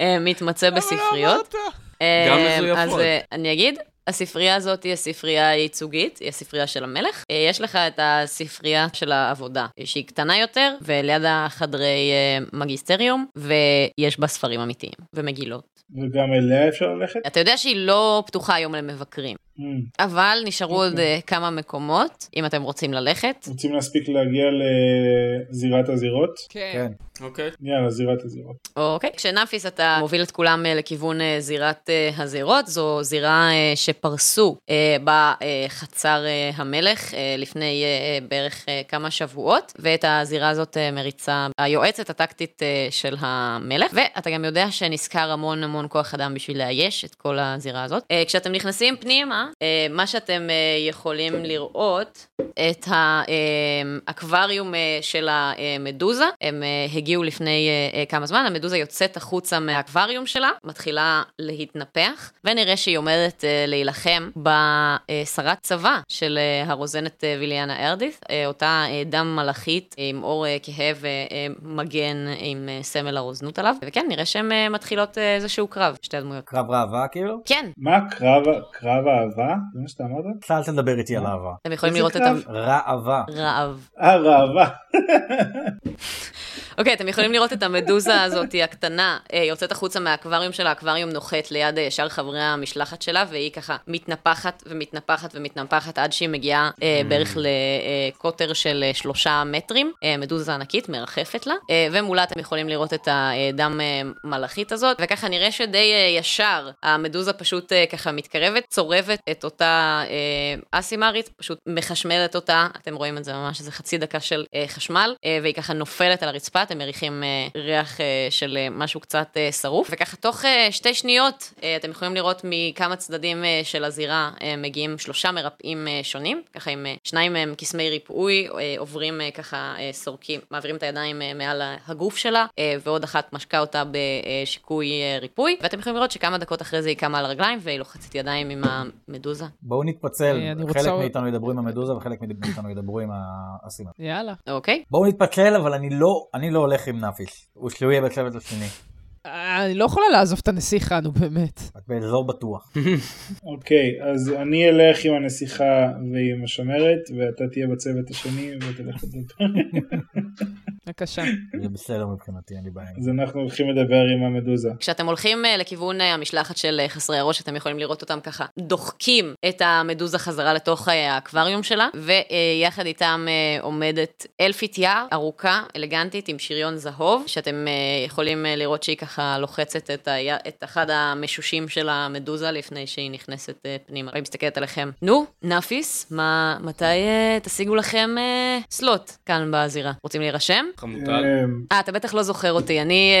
אה, לא מתמצא לא בספריות. אה, גם מזויפות. אז אה, אני אגיד, הספרייה הזאת היא הספרייה הייצוגית, היא הספרייה של המלך. אה, יש לך את הספרייה של העבודה, שהיא קטנה יותר, וליד החדרי אה, מגיסטריום, ויש בה ספרים אמיתיים ומגילות. וגם אליה אפשר ללכת? אתה יודע שהיא לא פתוחה היום למבקרים, אמ, אבל נשארו עוד אה, כמה מקומות, אם אתם רוצים ללכת. רוצים להספיק להגיע לזירת הזירות? כן. כן. אוקיי. יאללה, זירת הזירות. אוקיי. כשנאפיס אתה מוביל את כולם אה, לכיוון אה, זירת אה, הזירות, זו זירה אה, שפרסו אה, בחצר אה, המלך אה, לפני אה, אה, בערך אה, כמה שבועות, ואת הזירה הזאת אה, מריצה היועצת הטקטית אה, של המלך, ואתה גם יודע שנשכר המון המון כוח אדם בשביל לאייש את כל הזירה הזאת. אה, כשאתם נכנסים פנימה, אה, מה שאתם אה, יכולים לראות את האקווריום אה, של המדוזה. הם אה, הגיעו לפני אה, אה, כמה זמן, המדוזה יוצאת החוצה מהאקווריום שלה, מתחילה להתנפח, ונראה שהיא עומדת אה, להילחם בשרת צבא של אה, הרוזנת אה, ויליאנה ארדיס, אה, אותה אה, דם מלאכית עם אור אה, כהה ומגן עם אה, סמל הרוזנות עליו. וכן, נראה שהן אה, מתחילות אה, איזשהו קרב, שתי הדמויות. קרב ראווה כאילו? כן, מה קרב, קרב אהבה? זה מה שאתה אמרת? בכלל אל תדבר איתי על אהבה. אתם יכולים איזה לראות את קרב? ראווה. הרעב. אה, ראווה. אוקיי, אתם יכולים לראות את המדוזה הזאת, היא הקטנה, אה, יוצאת החוצה מהאקווריום שלה, האקווריום נוחת ליד אה, שאר חברי המשלחת שלה, והיא ככה מתנפחת ומתנפחת ומתנפחת עד שהיא מגיעה אה, בערך לקוטר של אה, שלושה מטרים, אה, מדוזה ענקית, מרחפת לה, אה, ומולה אתם יכולים לראות את הדם אה, מלאכית הזאת, וככה נראה שדי אה, ישר המדוזה פשוט אה, ככה מתקרבת, צורבת את אותה אה, אסימרית, פשוט מחשמלת אותה, אתם רואים את זה ממש, איזה חצי דקה של אה, חשמל, אה, והיא ככה נופלת על הרצפה, אתם מריחים אה, ריח אה, של אה, משהו קצת אה, שרוף, וככה תוך אה, שתי שניות אה, אתם יכולים לראות מכמה צדדים אה, של הזירה אה, מגיעים שלושה מרפאים אה, שונים, ככה עם אה, שניים מהם קסמי ריפוי, אה, עוברים אה, ככה אה, סורקים, מעבירים את הידיים אה, מעל הגוף שלה, אה, ועוד אחת משקה אותה בשיקוי אה, ריפוי, ואתם יכולים לראות שכמה דקות אחרי זה היא קמה על הרגליים והיא לוחצת ידיים עם המדוזה. בואו נתפצל, אה, אני רוצה- חלק מאיתנו ידברו עם המדוזה וחלק מאיתנו ידברו עם האסימה. יאללה. אוקיי? בואו נתפצל, אבל אני לא, אני לא הולך עם נפיס. הוא שהוא יהיה בצוות השני. אני לא יכולה לעזוב את הנסיכה, נו באמת. את באזור בטוח. אוקיי, אז אני אלך עם הנסיכה ועם השומרת, ואתה תהיה בצוות השני ותלך לדבר. בבקשה. זה בסדר מבחינתי, אין לי בעיה. עם זה. אז אנחנו הולכים לדבר עם המדוזה. כשאתם הולכים אה, לכיוון אה, המשלחת של אה, חסרי הראש, אתם יכולים לראות אותם ככה דוחקים את המדוזה חזרה לתוך אה, האקווריום שלה, ויחד איתם אה, עומדת אלפית יער, ארוכה, אלגנטית, עם שריון זהוב, שאתם אה, יכולים אה, לראות שהיא ככה לוחצת את, היע... את אחד המשושים של המדוזה לפני שהיא נכנסת אה, פנימה. והיא מסתכלת עליכם. נו, נאפיס, מה, מתי אה, תשיגו לכם אה, סלוט כאן בזירה? רוצים להירשם? חמוטל. אמ, אה, אתה בטח לא זוכר אותי. אני,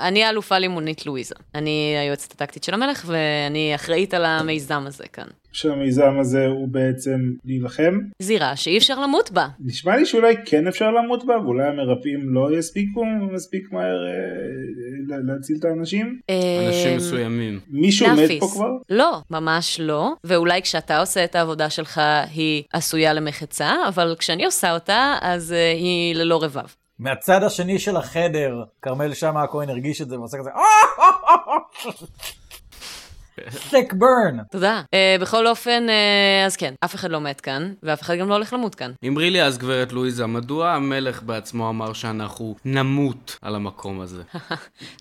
אה, אני האלופה לימונית לואיזה. אני היועצת הטקטית של המלך, ואני אחראית על המיזם הזה כאן. שהמיזם הזה הוא בעצם להילחם. זירה שאי אפשר למות בה. נשמע לי שאולי כן אפשר למות בה, ואולי המרפאים לא יספיקו מספיק מהר אה, אה, להציל את האנשים. אה, אנשים מסוימים. מישהו מת נאפיס. פה כבר? לא, ממש לא. ואולי כשאתה עושה את העבודה שלך, היא עשויה למחצה, אבל כשאני עושה אותה, אז אה, היא ללא רבב. מהצד השני של החדר, כרמל שאמה הכהן הרגיש את זה ועושה כזה, "אה!" sick burn. תודה. אה, בכל אופן, אה, אז כן, אף אחד לא מת כאן, ואף אחד גם לא הולך למות כאן. אמרי לי אז, גברת לואיזה, מדוע המלך בעצמו אמר שאנחנו נמות על המקום הזה?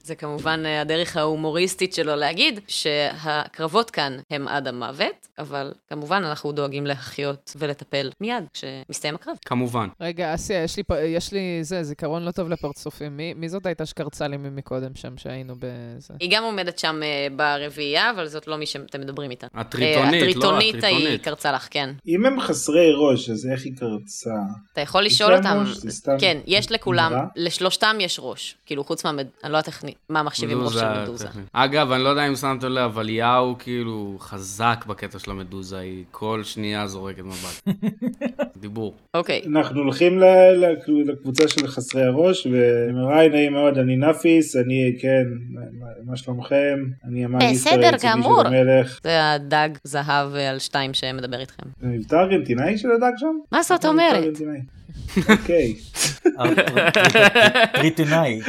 זה כמובן אה, הדרך ההומוריסטית שלו להגיד שהקרבות כאן הם עד המוות, אבל כמובן אנחנו דואגים להחיות ולטפל מיד כשמסתיים הקרב. כמובן. רגע, אסיה, יש לי, פ- יש לי זה, זיכרון לא טוב לפרצופים. מי, מי זאת הייתה שקרצה לי מקודם שם, שהיינו בזה? היא גם עומדת שם אה, ברביעייה, אבל זאת לא מי שאתם מדברים איתה. אה, הטריטונית, לא הטריטונית ההיא הטריטונית. קרצה לך, כן. אם הם חסרי ראש, אז איך היא קרצה? אתה יכול יש לשאול להם אותם. ראש? זה סתם כן, יש לכולם, אמרה? לשלושתם יש ראש. כאילו, חוץ מהמד... אני לא יודעת איך... נ- מה מחשיבים ראש של מדוזה. הטכנית. אגב, אני לא יודע אם שמתם לב, אבל יאו כאילו חזק בקטע של המדוזה, היא כל שנייה זורקת מבט. דיבור. אוקיי. אנחנו הולכים ל- ל- לקבוצה של חסרי הראש, ומראי נעים מאוד, אני נפיס, אני כן, מה- מה שלומכם? אני המאגיסטר בסדר היציגי גמור. של המלך. זה הדג זהב אה, על שתיים שמדבר איתכם. זה מבטא ארגנטינאי של הדג שם? מה זאת מבטא אומרת? ארגנטינאי. אוקיי. טריטונאי.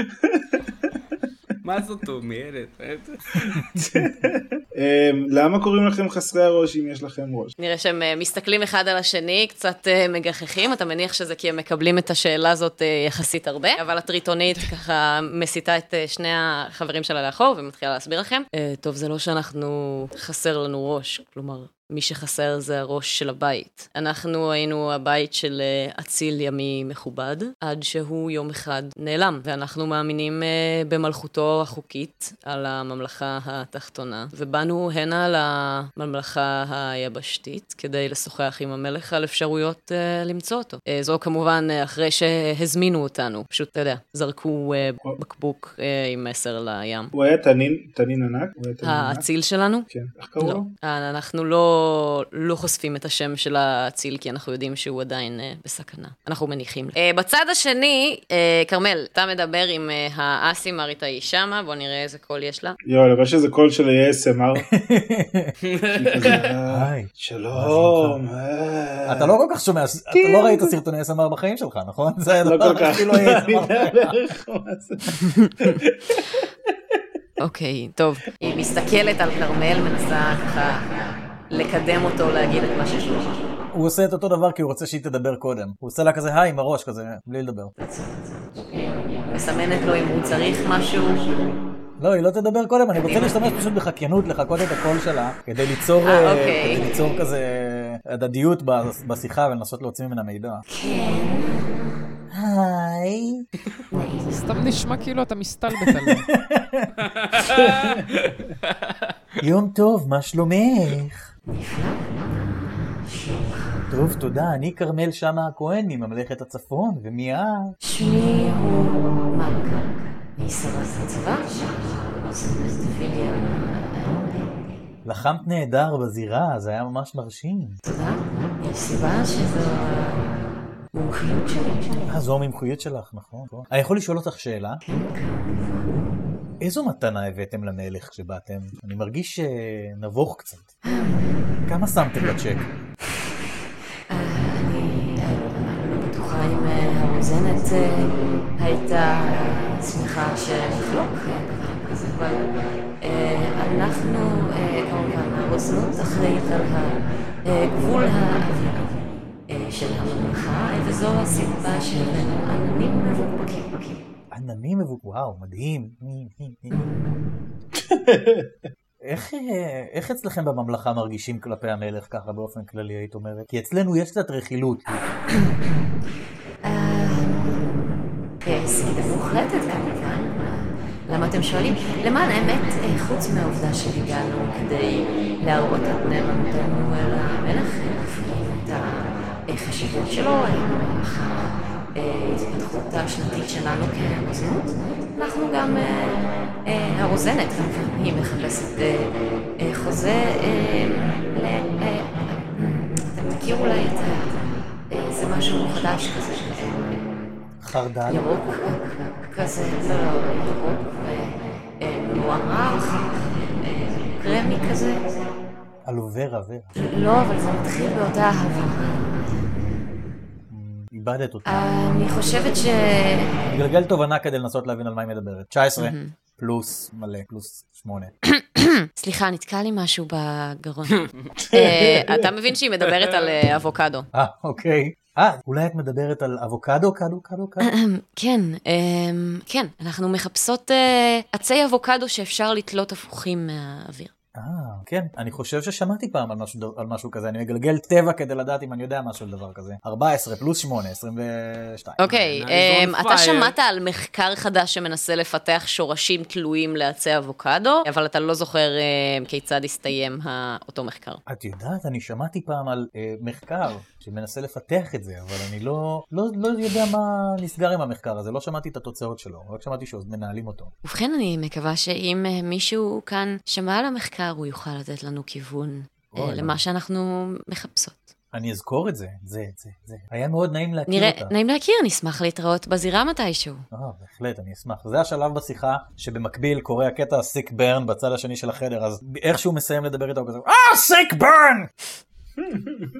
מה זאת אומרת? אמ, למה קוראים לכם חסרי הראש אם יש לכם ראש? נראה שהם אה, מסתכלים אחד על השני, קצת אה, מגחכים, אתה מניח שזה כי הם מקבלים את השאלה הזאת אה, יחסית הרבה, אבל הטריטונית ככה מסיתה את אה, שני החברים שלה לאחור ומתחילה להסביר לכם. אה, טוב, זה לא שאנחנו, חסר לנו ראש, כלומר... מי שחסר זה הראש של הבית. אנחנו היינו הבית של אה, אציל ימי מכובד, עד שהוא יום אחד נעלם, ואנחנו מאמינים אה, במלכותו החוקית על הממלכה התחתונה, ובאנו הנה לממלכה היבשתית כדי לשוחח עם המלך על אפשרויות אה, למצוא אותו. אה, זו כמובן אה, אחרי שהזמינו אותנו, פשוט, אתה יודע, זרקו אה, בקבוק אה, עם מסר לים. הוא היה תנין, תנין ענק? הוא היה תנין ענק? האציל שלנו? כן. איך קראו לא. לו? אה, אנחנו לא, לא חושפים את השם של האציל, כי אנחנו יודעים שהוא עדיין אה, בסכנה. אנחנו מניחים. אה, בצד השני, אה, כרמל, אתה מדבר עם אה, האסי מריטאי שמה, בוא נראה איזה קול יש לה. יואו, אבל יש איזה קול של ASMR. שהיא כזה, "אה, היי. שלום. אתה לא כל כך שומע, אתה כן, לא ראית סרטוני SMR בחיים שלך, נכון? זה היה לא הדבר כל כך. הכי לא ASMR. אוקיי, טוב. היא מסתכלת על כרמל, מנסה ככה לקדם אותו להגיד את מה שיש לו. הוא עושה את אותו דבר כי הוא רוצה שהיא תדבר קודם. הוא עושה לה כזה היי עם הראש כזה, בלי לדבר. מסמנת לו אם הוא צריך משהו. לא, היא לא תדבר קודם, אני רוצה להשתמש פשוט בחקיינות לחכות את הקול שלה, כדי ליצור, אה, אה, אוקיי. כדי ליצור כזה הדדיות ב- בשיחה ולנסות להוציא ממנה מידע. כן. היי. סתם נשמע כאילו אתה מסתלבט עליה. יום טוב, מה שלומך? טוב, תודה, אני כרמל שאמה הכהן מממלכת הצפון, ומי את? שמי הוא מרקה, מסרס הצבא, סרס דפיליה, לחמת נהדר בזירה, זה היה ממש מרשים. תודה. יש סיבה שזו המומחיות שלי. אה, זו המומחיות שלך, נכון. נכון. אני יכול לשאול אותך שאלה? איזו מתנה הבאתם למלך כשבאתם? אני מרגיש אה, נבוך קצת. כמה שמתם בצ'ק? אני אה, לא בטוחה אם אה, הרוזנת אה, הייתה אה, שמחה שנחלוק. אה, כזה כבר. אה, אנחנו אה, כמובן הרוזנות אחראית על הגבול האווירי אה, של הממלכה, וזו הסיבה שהבאנו עננים מבוקבקים. עננים מבוק... וואו, מדהים. איך, אה, איך אצלכם בממלכה מרגישים כלפי המלך ככה באופן כללי, היית אומרת? כי אצלנו יש קצת רכילות. סגידה אה, מוחלטת כמובן. למה אתם שואלים? למען האמת, אה, חוץ מהעובדה שהגענו כדי להראות את אה, נאמנותנו אל המלך, אפילו את החשיבות שלו, אה, במהלך ההתפתחות השנתית שלנו כרוזנות, אנחנו גם, אה, אה, הרוזנת כמובן, היא מחפשת אה, אה, חוזה אה, ל... אה, אתם תכירו אולי את ה... אה, זה משהו חדש כזה. אה, חרדל. ירוק כזה, לא, ירוק אה, מוארך, אה, קרמי כזה. אלוורה ורה. לא, אבל זה מתחיל באותה אהבה. איבדת אותה. אני חושבת ש... מגלגל תובנה כדי לנסות להבין על מה היא מדברת. 19 פלוס מלא, פלוס 8. סליחה, נתקע לי משהו בגרון. אה, אתה מבין שהיא מדברת על אה, אבוקדו. אה, אוקיי. אה, אולי את מדברת על אבוקדו, קדו, קדו, קדו. כן, אמ, כן, אנחנו מחפשות אה, עצי אבוקדו שאפשר לתלות הפוכים מהאוויר. אה, כן. אני חושב ששמעתי פעם על משהו, ד- על משהו כזה. אני מגלגל טבע כדי לדעת אם אני יודע משהו על דבר כזה. 14 פלוס 8, 22. אוקיי, אה, כן, nice אמ, on אתה fire. שמעת על מחקר חדש שמנסה לפתח שורשים תלויים לעצי אבוקדו, אבל אתה לא זוכר אמ, כיצד הסתיים ה- אותו מחקר. את יודעת, אני שמעתי פעם על אה, מחקר שמנסה לפתח את זה, אבל אני לא, לא, לא יודע מה נסגר עם המחקר הזה, לא שמעתי את התוצאות שלו, רק שמעתי שעוד מנהלים אותו. ובכן, אני מקווה שאם אה, מישהו כאן שמע על המחקר, הוא יוכל לתת לנו כיוון אה, אוי, למה שאנחנו מחפשות. אני אזכור את זה, זה, זה, זה. היה מאוד נעים להכיר נראה, אותה. נעים להכיר, נשמח להתראות בזירה מתישהו. אה, בהחלט, אני אשמח. זה השלב בשיחה שבמקביל קורה הקטע סיק ברן בצד השני של החדר, אז איך שהוא מסיים לדבר איתו הוא כזה, אה, כן, סיק ברן!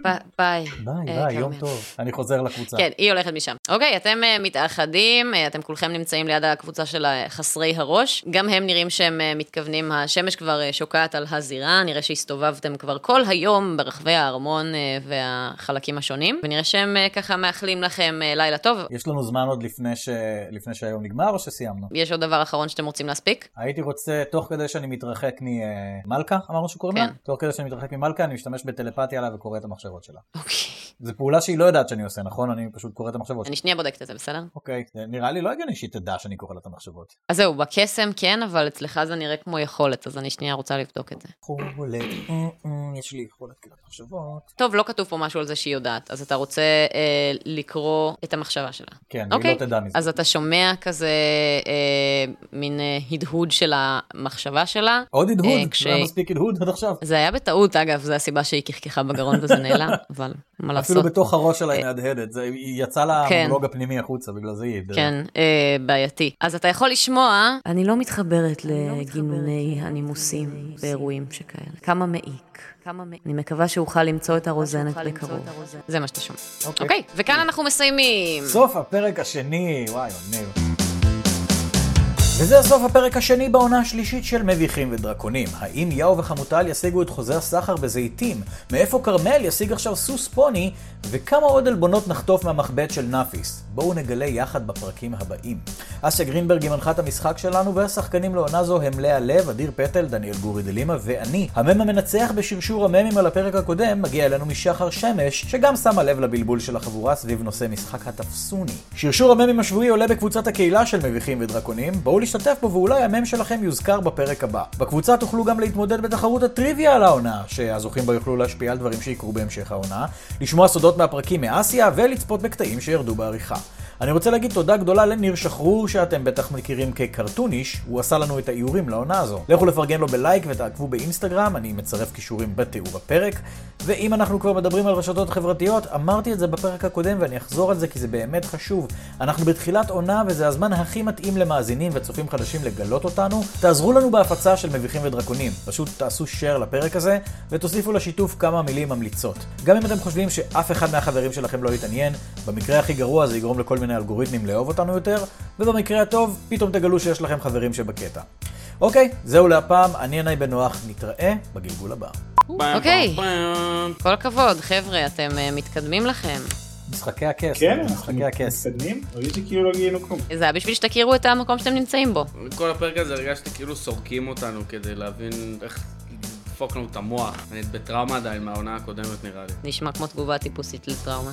ב- ביי. ביי, אה, ביי, יום כרמל. טוב. אני חוזר לקבוצה. כן, היא הולכת משם. אוקיי, אתם אה, מתאחדים, אה, אתם כולכם נמצאים ליד הקבוצה של חסרי הראש. גם הם נראים שהם אה, מתכוונים, השמש כבר אה, שוקעת על הזירה, נראה שהסתובבתם כבר כל היום ברחבי הארמון אה, והחלקים השונים, ונראה שהם אה, ככה מאחלים לכם אה, לילה טוב. יש לנו זמן עוד לפני ש- לפני שהיום נגמר או שסיימנו? יש עוד דבר אחרון שאתם רוצים להספיק? הייתי רוצה, תוך כדי שאני מתרחק ממלכה, אמרנו שקוראים לה? כן. תוך כדי שאני מתרחק ממלכה, אני משתמש בטלפתיה עליה וקורא את המחשבות שלה. אוקיי. זו פעולה שהיא לא יודעת שאני עושה, נכון? אני פשוט קורא את המחשבות שלה. אני שנייה בודקת את זה, בסדר? אוקיי, זה נראה לי לא הגיוני שהיא תדע שאני קורא לה את המחשבות. אז זהו, בקסם כן, אבל אצלך זה נראה כמו יכולת, אז אני שנייה רוצה לבדוק את זה. יכולת, אה, אה, יש לי יכולת קריאת מחשבות. טוב, לא כתוב פה משהו על זה שהיא יודעת, אז אתה רוצה אה, לקרוא את המחשבה שלה. כן, אוקיי. היא לא תדע מזה. אז אתה שומע כזה אה, מין אה, הדהוד של המחשבה שלה. עוד הדהוד, אה, כש- לא היה מספיק הדהוד עד עכשיו. זה היה בטעות, אגב, זו הסיבה שהיא קחקחה בגרון וזה נעלם, אבל מה אפילו לעשות. אה, בתוך הראש שלה היא מהדהדת, זה- היא יצאה לה כן. המונולוג הפנימי החוצה, בגלל זה היא הדהדה. כן, אה, בעייתי. אז אתה יכול לשמוע... אני לא מתחברת לגינוני הנימוסים באירועים שכאלה. כמה מעיק. אני מקווה שאוכל למצוא את הרוזנת בקרוב. זה מה שאתה שומע. אוקיי. אוקיי, וכאן אנחנו מסיימים. סוף הפרק השני, וואי, עונב. וזה סוף הפרק השני בעונה השלישית של מביכים ודרקונים. האם יאו וחמוטל ישיגו את חוזה הסחר בזיתים? מאיפה כרמל ישיג עכשיו סוס פוני? וכמה עוד עלבונות נחטוף מהמחבט של נאפיס? בואו נגלה יחד בפרקים הבאים. אסיה גרינברג היא מנחת המשחק שלנו, והשחקנים לעונה זו הם לאה לב, אדיר פטל, דניאל גורי דלימה ואני. המם המנצח בשרשור הממים על הפרק הקודם מגיע אלינו משחר שמש, שגם שמה לב לבלבול של החבורה סביב נושא משחק התפסוני. שרשור הממים השבועי עולה בקבוצת הקהילה של מביכים ודרקונים, בואו להשתתף בו ואולי המם שלכם יוזכר בפרק הבא. בקבוצה תוכלו גם להתמודד בתחרות הטריוויה על העונה, שהזוכים בה יוכלו להשפיע על דברים שיקרו בהמשך העונה, לשמוע סודות מהפרקים מאסיה ולצפות בקטעים שירדו בעריכה. אני רוצה להגיד תודה גדולה לניר שחרור, שאתם בטח מכירים כקרטוניש, הוא עשה לנו את האיורים לעונה הזו. לכו לפרגן לו בלייק ותעקבו באינסטגרם, אני מצרף קישורים בתיאור הפרק. ואם אנחנו כבר מדברים על רשתות חברתיות, אמרתי את זה בפרק הקודם ואני אחזור על זה כי זה באמת חשוב. אנחנו בתחילת עונה וזה הזמן הכי מתאים למאזינים וצופים חדשים לגלות אותנו. תעזרו לנו בהפצה של מביכים ודרקונים, פשוט תעשו share לפרק הזה ותוסיפו לשיתוף כמה מילים ממליצות. גם אם אתם חושבים שאף אחד מהחברים שלכם לא יתעניין, במקרה הכי גרוע זה יגרום לכל מיני אלגוריתמים לאהוב אותנו יותר, ובמקרה הטוב, פתאום תגלו שיש לכם חברים שבקטע. אוקיי, זהו להפעם, אני עיניי בנוח, נתראה בגלגול הבא. אוקיי. כל הכבוד, חבר'ה, אתם אה, מתקדמים לכם. משחקי הכס, כן, אנחנו משחקי הכס. מתקדמים, מרגיש לי כאילו לא גילינו כלום. זה היה בשביל שתכירו את המקום שאתם נמצאים בו. כל הפרק הזה הרגשתי כאילו סורקים אותנו כדי להבין איך לדפוק לנו את המוח. אני בטראומה עדיין מהעונה הקודמת נראה לי. נשמע כמו תגובה טיפוסית לטראומה.